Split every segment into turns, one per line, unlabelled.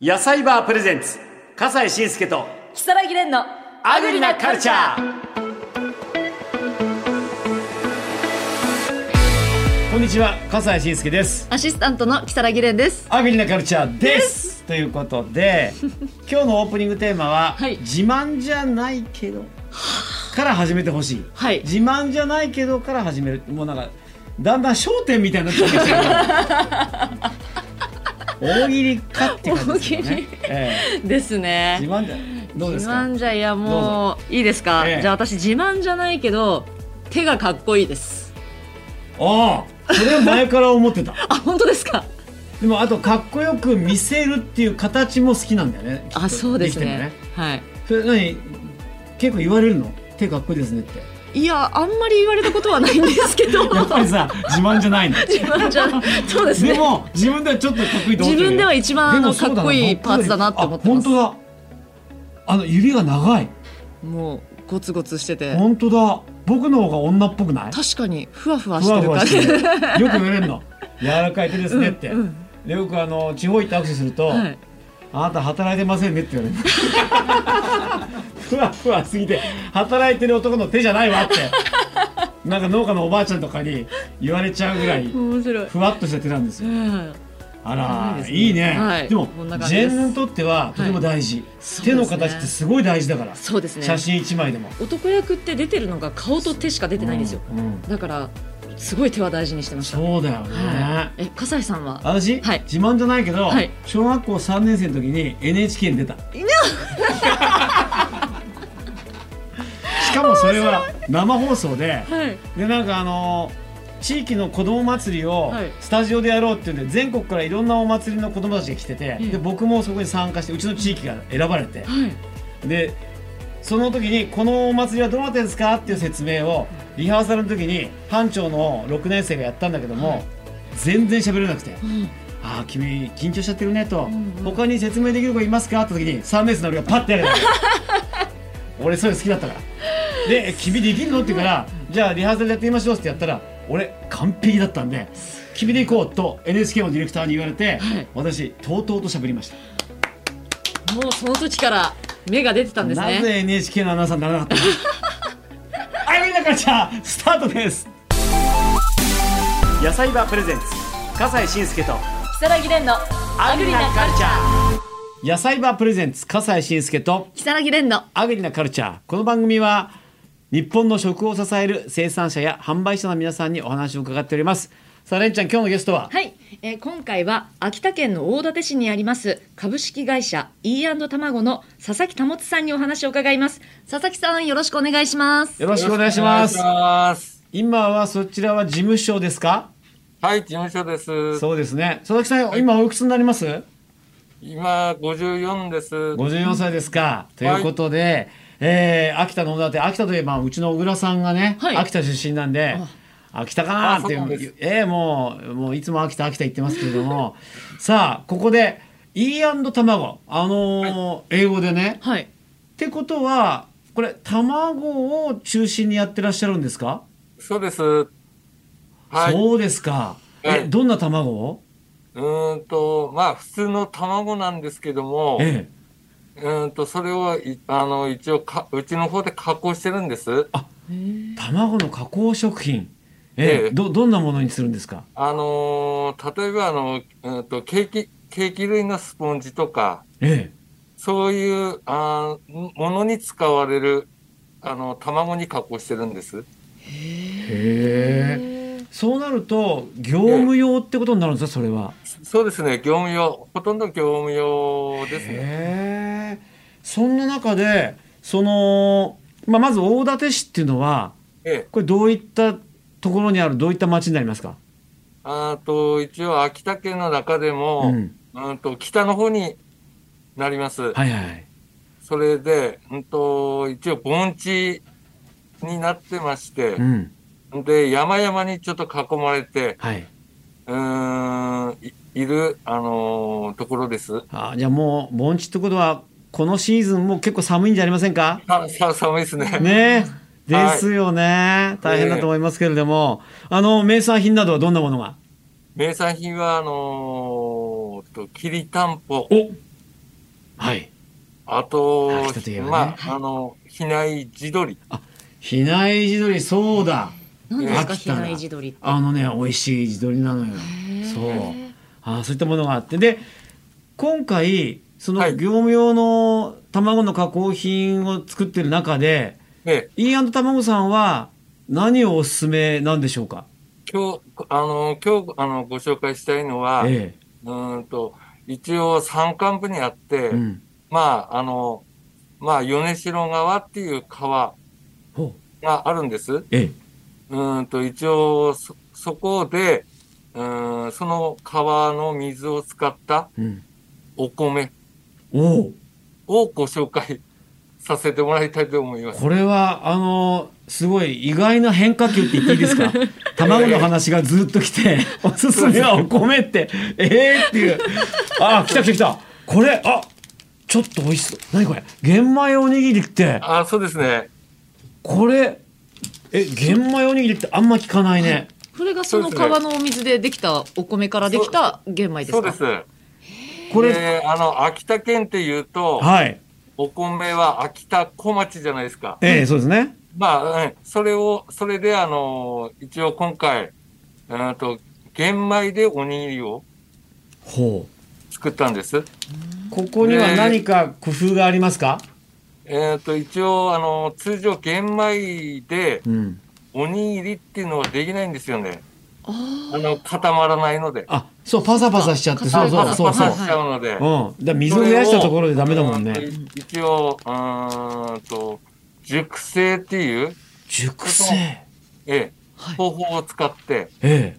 野菜バープレゼンツ笠西慎介と
木更木蓮の
アグリなカルチャーこんにちは笠西慎介です
アシスタントの木更木蓮です
アグリなカルチャーですということ で今日のオープニングテーマは、
はい
自慢じゃないけどから始めてほしい、
はい
自慢じゃないけどから始めるもうなんかだんだん焦点みたいになってきてる 大喜利かっていう感じですよ
大
ね
喜利、
ええ
です
自
ね
慢じゃどうです
自
か
慢じゃいやもういいですか、
ええ
じゃあ私自慢じゃないけど手がかっこいいです
ああそれは前から思ってた
あ本当ですか
でもあとかっこよく見せるっていう形も好きなんだよねきっと
あそうですね
き
はい
てもそれ何結構言われるの手かっこいいですねって
いやあんまり言われたことはないんですけど
やっぱりさ自慢じゃないの
自慢じゃそうですね
でも自分ではちょっとかっこいいと思ってる
自分では一番あの
でもそうだな
かっこいいパーツだなって思って
あ
ます
本当だあの指が長い
もうゴツゴツしてて
本当だ僕の方が女っぽくない
確かにふわふわ
ふ
して
わ
る
ふわ
感じ
してるよく言われ るの柔らかい手ですねって、
うんうん
でよくあの地方行って握手すると、
はい
あなた働いてませんねって言われるふわふわすぎて働いてる男の手じゃないわってなんか農家のおばあちゃんとかに言われちゃうぐらい
面白い、
ふわっとした手なんです
う
よ
ん、
あ
いい
ら
ですね
いいね、
はい
でも
こんな感
ジ
じで
ェ
す
ンヌにとってはとても大事、
そうで
手
すね
の形ってすごい大事だから、
そうですね
写真一枚でも
男役って出てるのが顔と手しか出てないんですよ、
うんうん
だからすごい手は大事にしてました、
そうだよね、
はい、え笠井さんは
私、
はい
自慢じゃないけど、
はい
小学校3年生の時に NHK に出たしかもそれは生放送で、
はい
でなんかあの地域の子ども祭りを
はい
スタジオでやろうっていうんで全国からいろんなお祭りの子どもたちが来てて、
ええ
で僕もそこに参加してうちの地域が選ばれて
はい
でその時にこのお祭りはどうなってるんですかっていう説明をリハーサルの時に班長の6年生がやったんだけども、全然喋れなくて。
うん
ああ君緊張しちゃってるねと、
んうん
他に説明できる子いますかって時に3年生の俺がパッてやるの 俺そういうの好きだったからで「君できるの?」って言うから「じゃあリハーサルやってみましょう」ってやったら俺完璧だったんで「君で行こう」と NHK のディレクターに言われて、
はい
私とうとうと喋りました
もうその時から目が出てたんです
な
ね
ぜ NHK のアナウンサーにならなかったの あみんなからじゃあスタートです野菜バープレゼンツ笠西慎介と
木更木蓮のアグリなカルチャー
野菜バープレゼンツ笠西慎介と
木更木蓮の
アグリなカルチャーこの番組は日本の食を支える生産者や販売者の皆さんにお話を伺っておりますさあれんちゃん今日のゲストは
はい、えー今回は秋田県の大館市にあります株式会社 E& 卵の佐々木保さんにお話を伺います佐々木さんよろしくお願いします
よろしくお願いします
よろくお願いします
今はそちらは事務所ですか
はい、事務所です。
そうですね佐々木さん今おいくつになります
今54です。
54歳ですか、と
はい
いうことで、えー秋田の大館秋田といえばうちの小倉さんがね、
はい
秋田出身なんで秋田かなーってい
あそうなんで
う
す
えーもうもういつも秋田秋田行ってますけれどもさあここで E& 卵あのー英語でねっ
はい
てことはこれ卵を中心にやってらっしゃるんですか、
そうです。はい。う
そうですか、
は
え
い
どんな卵を
ーんと、まあ普通の卵なんですけども、
ええ
うーんと、それをい、あの、一応か、うちの方で加工してるんです。
卵の加工食品ええ
ええ
どどんなものにするんですか
あのー、例えばあの、うーんと、ケーキ、ケーキ類のスポンジとか、
え
そういう、あーものに使われる、あの、卵に加工してるんです。
えへえそうなると業務用ってことになるんですかそれは。
そうですね、業務用、ほとんど業務用ですね。
へえ。そんな中でそのまあまず大館市っていうのは
ええ。
これどういったところにあるどういった町になりますか。
あと一応秋田県の中で
う
も、うん
ん。
と北の方になります。
はいはいはい。
それで、うん、と一応盆地になってまして
う、ん。
で山々にちょっと囲まれて
はい。
うーんいいる、あのーところです。
あじゃあもう盆地ってことはこのシーズンも結構寒いんじゃありませんか。
ささ寒いですね。
ねえ。
はい
ですよね。大変だと思いますけれども、あの名産品などはどんなものが。
名産品はあのーときりたんぽ、
お。はい。
あと、
秋田といえばね
ま
はい
あ、あの、比内地鶏。
比内地鶏、そうだ。
何ですか
飽き
比
たな
内地鶏って
あのね、美味しい地鶏なのよ。そう。あーそういったものがあってで今回その
はい
業務用の卵の加工品を作ってる中で、
で、
イーアンド卵さんは何をおすすめなんでしょうか、
今日、あの、今日、あの、ご紹介したいのは、
え
うーんと、一応山間部にあって、
えうん、
まあ、あの、まあ、米城川っていう川
ほう
があるんです。う
え
ーんと、一応、そ、そこで、うーん、その川の水を使った
え、うん、
お米
おお
をご紹介させてもらいたいと思います。
これはあのすごい意外な変化球って言っていいです か卵の話がずっと来 ておすすめはお米ってええっていうあー来た来た来たこれあちょっと美味しそう何これ玄米おにぎりって
あ、そうですね。
これえ玄米おにぎりってあんま聞かないね、
これがその川のお水でできたお米からできた玄米ですか
そうです。
これ、
であの、秋田県っていうと、
はい
お米は秋田小町じゃないですか。
ええそうですね
まあ、うんそれを、それで、あの、一応今回、うんと、玄米でおにぎりを
ほう
作ったんです。
ここには何か工夫がありますか、
えっ、と、一応、あの、通常玄米で
うん
おにぎりっていうのはできないんですよね。
あ
あの、固まらないので。
あそうパサパサしちゃってそ
あ
うそ
パ
う
パ
サ
サ
そ
パ
うそう、
サしちゃうので。
うんだから水を増やしたところでダメだもんね
それをうん一応、うーんと、熟成っていう、
熟成
え
はい
え、方法を使って、
え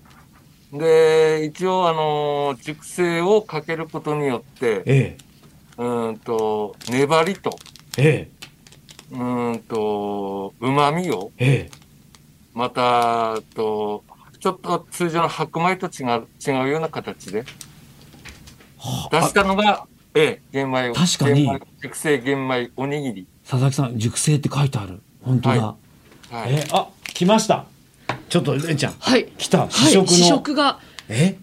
で、一応、あの、熟成をかけることによって、
ええ
うーんと、粘りと、
ええ
うーんと、旨味を、
ええ
また、と、ちょっと通常の白米と違う、違うような形で
は
出
あ
したのが、ええ、玄米を。
確かに
玄米熟成玄米おにぎり。
佐々木さん熟成って書いてある本当だ、
ははい。
えあ来ましたちょっとレンちゃん
はい。
来た
は
試
い
食の、
試食が
え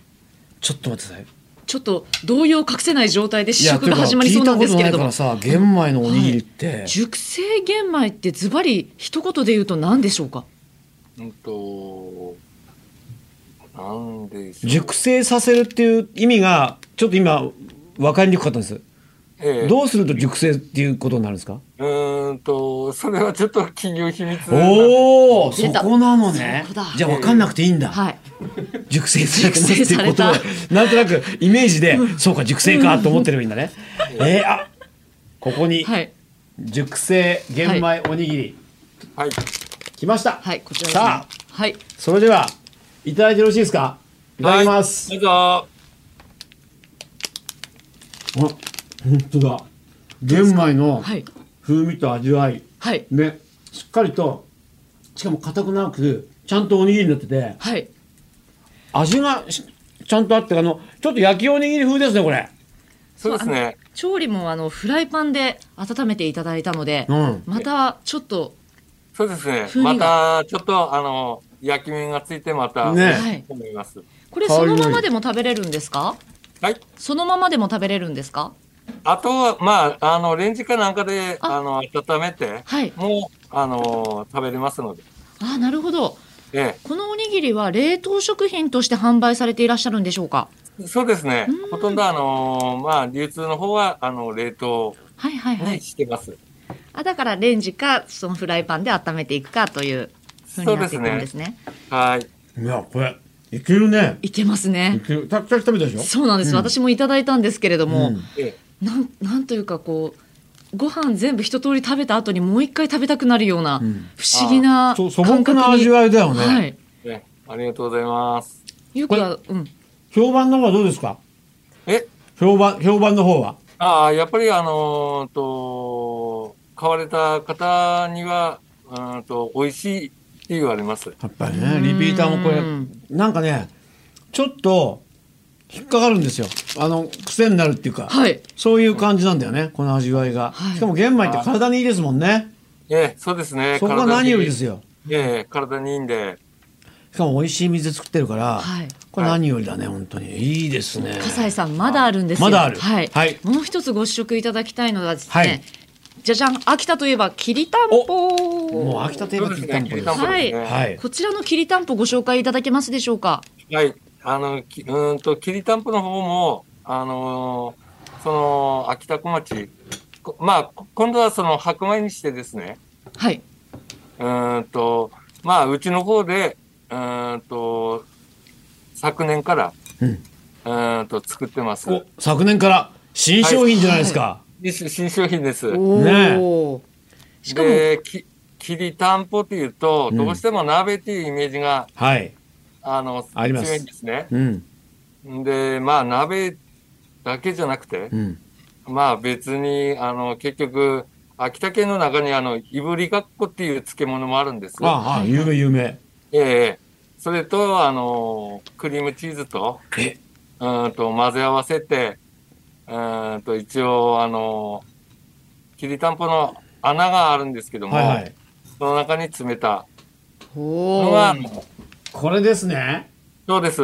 ちょっと待ってください
ちょっと動揺を隠せない状態で
い
試
や
食が始まりそうなんですけれども
ということないからさ玄米のおにぎりって、
熟成玄米ってズバリ一言で言うと何でしょうか
うんと、なんでしょう。
熟成させるっていう意味がちょっと今分かりにくかったんです、
ええ、
どうすると熟成っていうことになるんですか、
うーんと、それはちょっと企業秘密なんで。
おおそ
出た
こなのね
そこだ
じゃあ分かんなくていいんだ、
はい
熟成されてますっていうこと
熟成さ
でなんとなくイメージで、そうか熟成かと思ってればいいんだね、えー、あここに
はい
熟成玄米おにぎり、
はい。
来ました、
はいこちらですね
さあ
はい
それではいただいてよろしいですかいただきます、
はいどう
あ
ぞ。
本当だ玄米の
はい
風味と味わい
はい
ねしっかりとしかも硬くなくちゃんとおにぎりになってて
はい
味がしちゃんとあってあのちょっと焼きおにぎり風ですねこれ
そうですね。
調理もあのフライパンで温めていただいたので、
うん
またちょっと
そうですね。
風
ま
味
た、ちょっと、あの、焼き目がついて、また、
ね
はい
思います。
これ
香り
そ
のい
の
い
ままでも食べれるんですか
はい。
そのままでも食べれるんですか
あとは、まあ、あの、レンジかなんかで、
あ
あの、温めて、
はい
もう、あの、食べれますので。
あーなるほど
え
このおにぎりは冷凍食品として販売されていらっしゃるんでしょうか
え、そうですね
うん。
ほとんど、あの、まあ、流通の方は、あの、冷凍
はいはいはい、
にしてます。
あだからレンジかそのフライパンで温めていくかという風になっていくんですね
はい。
いやこれいけるね
いけます
い
ね
けるたくさん食べたでしょ
そうなんです、
うん
私もいただいたんですけれども、
うん
え
なんなんというかこうご飯全部一通り食べた後にもう一回食べたくなるような
うん
不思議な
そう
感
素
覚に、
朴な味わいだよね、
はい
え、ねありがとうございます。
ゆうこはうん
評判の方はどうですか
え、
評判評判の方は
ああ、やっぱり、あの、と、買われた方には、うんと、美味しいって言われます。
やっぱりねリピーターもこ
うん
れなんかねちょっと引っかかるんですよあの癖になるっていうか、
はい
そういう感じなんだよねこの味わいが、
はい
しかも玄米って体にいいですもんね
ええ、そうですね。
そこが
体に
何よりですよ
ええ、体にいいんで。
しかも美味しい水作ってるから、
はい
これ何よりだね本当にいいですね
笠井さんまだあるんですよ。
まだある
はい。
はい
もう一つご試食いただきたいのはですね。
はい
じゃじゃん秋田といえばきりたん
もう
ぽ。
秋田といえばきりたんぽです
そうですねきりたんぽですね
はい
こちらのきりたんぽご紹介いただけますでしょうか。
はい。あの、きうーんと、きりたんぽの方も、あのーその、秋田小町、こまあ、こ今度はその白米にしてですね、
はい。
うーんと、まあ、うちの方で、うーんと、昨年から、
うん
うーんと、作ってます。
お昨年から新商品じゃないですか、
新新商品です。
ね
おお。しかも
で、き、きりたんぽっていうと、
うん
どうしても鍋っていうイメージが、
はい。
あの、
あります
強いんですね。
うん。
で、まあ、鍋だけじゃなくて
う、ん。
まあ別に、あの、結局、秋田県の中にあの、いぶりがっこっていう漬物もあるんです。
ああ、有名有名。
ええそれと、あの、クリームチーズと、
え、
うーんと混ぜ合わせて、うーんと一応、あの、きりたんぽの穴があるんですけども、
はいはい。
その中に詰めたの
お
が
ー、
これですね。
そうです。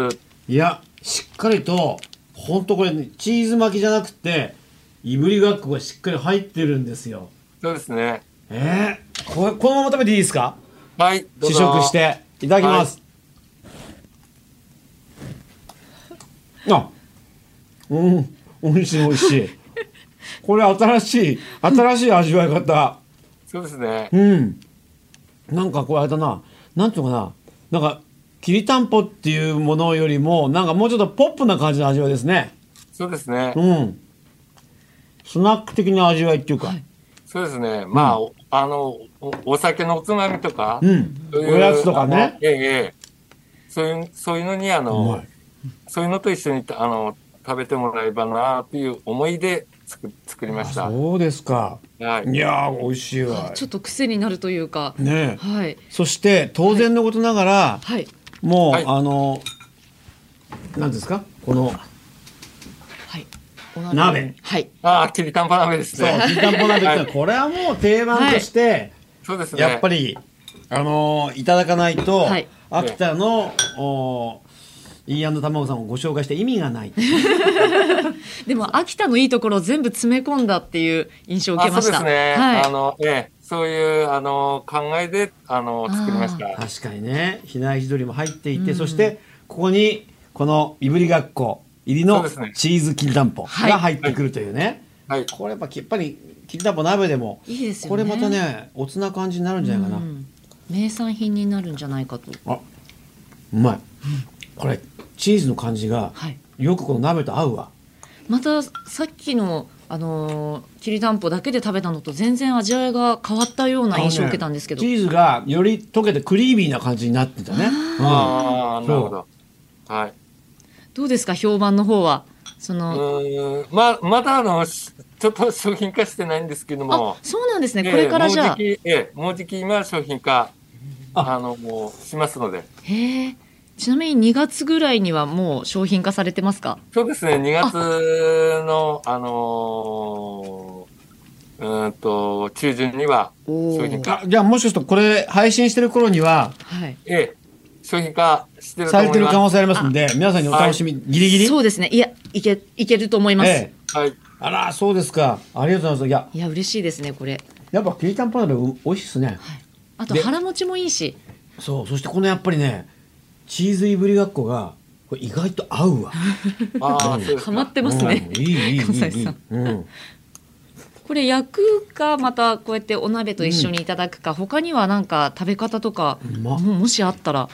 いや、しっかりと、ほんとこれ、ね、チーズ巻きじゃなくて、いぶりがっこがしっかり入ってるんですよ。
そうですね。
えー、これ、このまま食べていいですか
はい、どう
試
ぞ
食し。て。いただきます。あ、うん、美味しい美味しい。これ新しい、新しい味わい方。
そうですね。
うん。なんかこれあれだな、なんていうのかな、なんか、きりたんぽっていうものよりも、なんかもうちょっとポップな感じの味わいですね。
そうですね。
うん。スナック的な味わいっていうか、
そうですね。まあ、おあの、おお酒のおつまみとか、
うん。
そういう
おやつとか
あの
ね。
ええええそういう、そういうのに、あ
う
の、
まい。
そういうのと一緒に、あの、食べてもらえばなっていう思いで作作りました。は
そうですか。い
い。
やー、美味しいわ。
ちょっと癖になるというか。
ねえ。
はい
そして、当然のことながら、
はい。
もう、
はい
あの、なんですかこの、
はい。お鍋
鍋
はい。
ああ、きりたんぽ鍋です
そう、
ね。
きりたんぽ鍋ってのは、
は
これはもう定番として、
そうですね。
やっぱり、あのーいただかないと、
はい
秋田の、おーイーアンド卵さんをご紹介して意味がない。
でも秋田のいいところを全部詰め込んだっていう印象を受けま
あ
し
そうで
た。
すね。
はい
あ。の、ええそういう、あの、考えで、あの、作りました。
確かにね、比内地鶏も入っていて、そして、ここに、このいぶりがっこ入り
そ
の
うですね
チーズきりたんぽ
はい
が入ってくるというね。
はい。
これやっぱきやっぱり、きりたんぽ鍋でも、
いいですよね。
これまたね、おつな感じになるんじゃないかな。
うん名産品になるんじゃないかと。
あ、うまい。これ、チーズの感じが、
はい。
よくこの鍋と合うわ。
またさっきのあのーきりたんぽだけで食べたのと全然味わいが変わったような印象を受けたんですけど。
チーズがより溶けてクリーミーな感じになってたね。うん
ああ、なるほど。はい。
どうですか評判の方はそうの。
ーん、ま、まだあの、しちょっと商品化してないんですけども
あ、、そうなんですね。
ええ
これからじゃあ。
もうじき、ええもうじき今商品化、
あ
あの、もうしますので。
へえ。ちなみに2月ぐらいにはもう商品化されてますか。
そうですね、2月の、あのーうーんと、中旬には、
お
商品
ー
化
あじゃあもしかするとこれ配信してる頃には
はい。
ええ、商品化してると
さ
思
れて
い
る可能
ま
性ありますので皆さんにお楽しみ、ギリギリ
そうですね。いやいけいけると思います。
ええ、
す。はい。
あらそうですかありがとうございますいや
いや嬉しいですねこれ。
やっぱきりたんぽ鍋う美味しいですね
あと
で
腹持ちもいいし。
そうそしてこのやっぱりねチーズいぶりがっこがこれ意外と合うわ
ああ、そうです
ハ
か。
マってますね
うん。いいいいいいいい
笠井さん
うん、
これ焼くかまたこうやってお鍋と一緒にいただくか、他には何か食べ方とか、
うまっ
ももしあったら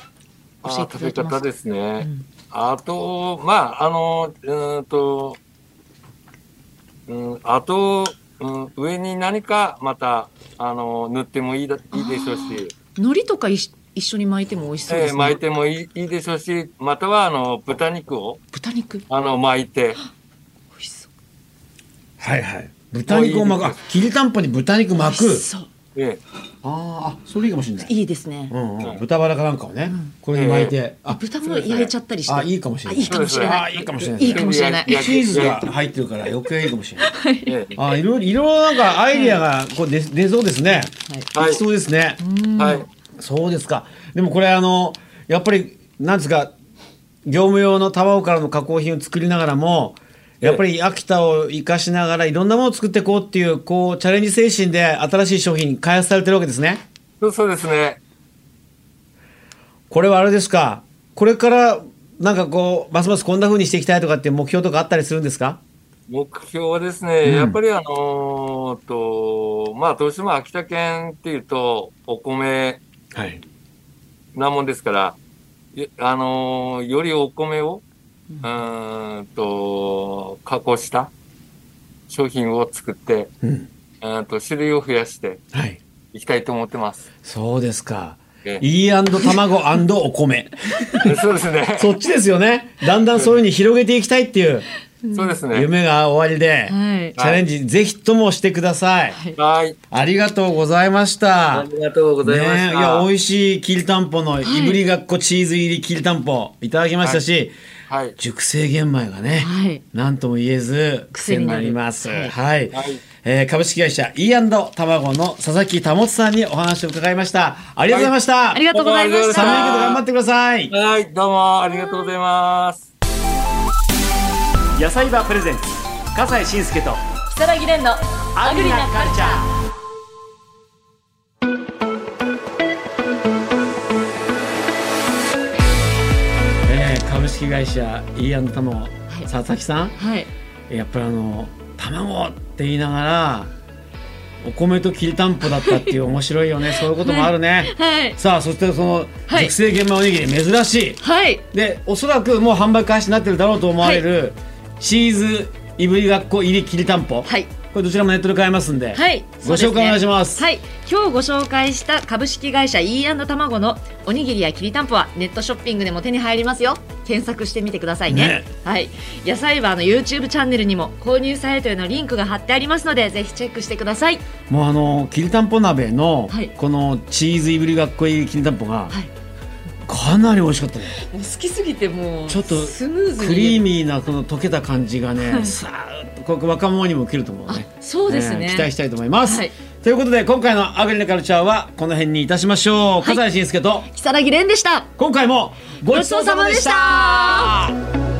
あ
教え
あ
てい
食
ただき
べ
ます
方ですね。
ん
あと、まあ、あの、うーんと、うん、あと、うん、上に何かまた、あの、塗ってもいいだいいでしょうし、
海苔とかいし一緒に巻いても美味しそう
え
で
え
すね。
巻いてもいいいいでしょうし、または、あの、豚肉を、
豚肉美
あの、巻いて、
味しそう。
はいはい豚肉を巻くあきりたんぽに豚肉巻
美
く
味しそう
ええ、
あーあそれいいかもしれない
いいですね
う。んうん
うん
豚バラかなんかをね、これに巻いて、あ
豚も焼いちゃったりして。
あいいかもしれない
あいいかもしれない。
あいいかもしれない
いいかもしれない。
いや
チーズが入ってるから余計いいかも しれない。
ええ、
あいろいろいろいろなんかアイディアがこう出出そうですね。
はい
できそうですね。
うん
はい。
そうですか。でもこれあのやっぱりなんですか業務用の卵からの加工品を作りながらもやっぱり秋田を生かしながらいろんなものを作っていこうっていうこうチャレンジ精神で新しい商品に開発されてるわけですね。
そうそうですね。
これはあれですかこれからなんかこうますますこんな風にしていきたいとかっていう目標とかあったりするんですか
目標はですね、
うん
やっぱりあのーと、まあ、どうしても秋田県っていうと、お米
はい
なもんですから、いあのーよりお米を、うーんと、加工した商品を作って、
うん
うーんと、種類を増やして
はい
いきたいと思ってます。
そうですか
ええ
E& 卵お米
そうですね。
そっちですよねだんだんそういうふうに広げていきたいっていう
そうですね。
夢が終わりで、
はい
チャレンジぜひともしてください、
はい。
ありがとうございました
ありがとうございました。
ねえいや美味しいきりたんぽのいぶりがっこチーズ入りきりたんぽいただきましたし、
はい。
熟成玄米がね、
はい
なんとも言えず癖になります。
癖になる
はい、
はい
えー株式会社 E& 卵の佐々木保さんにお話を伺いました。ありがとうございました。
ありがとうございました
寒いけど頑張
っ
ってください。
はい、どうもありがとうございます。
野菜バープレゼンツ笠西慎介と
木更木蓮のアグリなカルチャー
えー株式会社 E& 卵佐々木さん、
はい
やっぱりあの卵って言いながらお米ときりたんぽだったっていう面白い よね。そういうこともあるね。
はい
さあそしてその
はい
熟成玄米おにぎり珍しい
はい
でおそらくもう販売開始になってるだろうと思われる、チーズいぶりがっこ入りきりたんぽ、
はい
これどちらもネットで買えますんで、
はい、
ご紹介お願いします
そうでねはい、今日ご紹介した株式会社 E& 卵のおにぎりやきりたんぽはネットショッピングでも手に入りますよ。検索してみてくださいね。
ね
はい、野菜バーの YouTube チャンネルにも購入サイトへのリンクが貼ってありますので、ぜひチェックしてください。
もうあのきりたんぽ鍋の、
はい
このチーズいぶりがっこ入りきりたんぽが、
はい
かなり美味しかったね
もう好きすぎてもう
ちょっと
スムーズに
クリーミーなこの溶けた感じがね、
はい
さーっとこれ若者にも受けると思う
あ
ね、
そうです
え
ね。
ー期待したいと思います、
はい
ということで今回の「アグリのカルチャー」はこの辺にいたしましょう
はい
笠井慎介と
木更木蓮でした。
今回もごちそうさまでした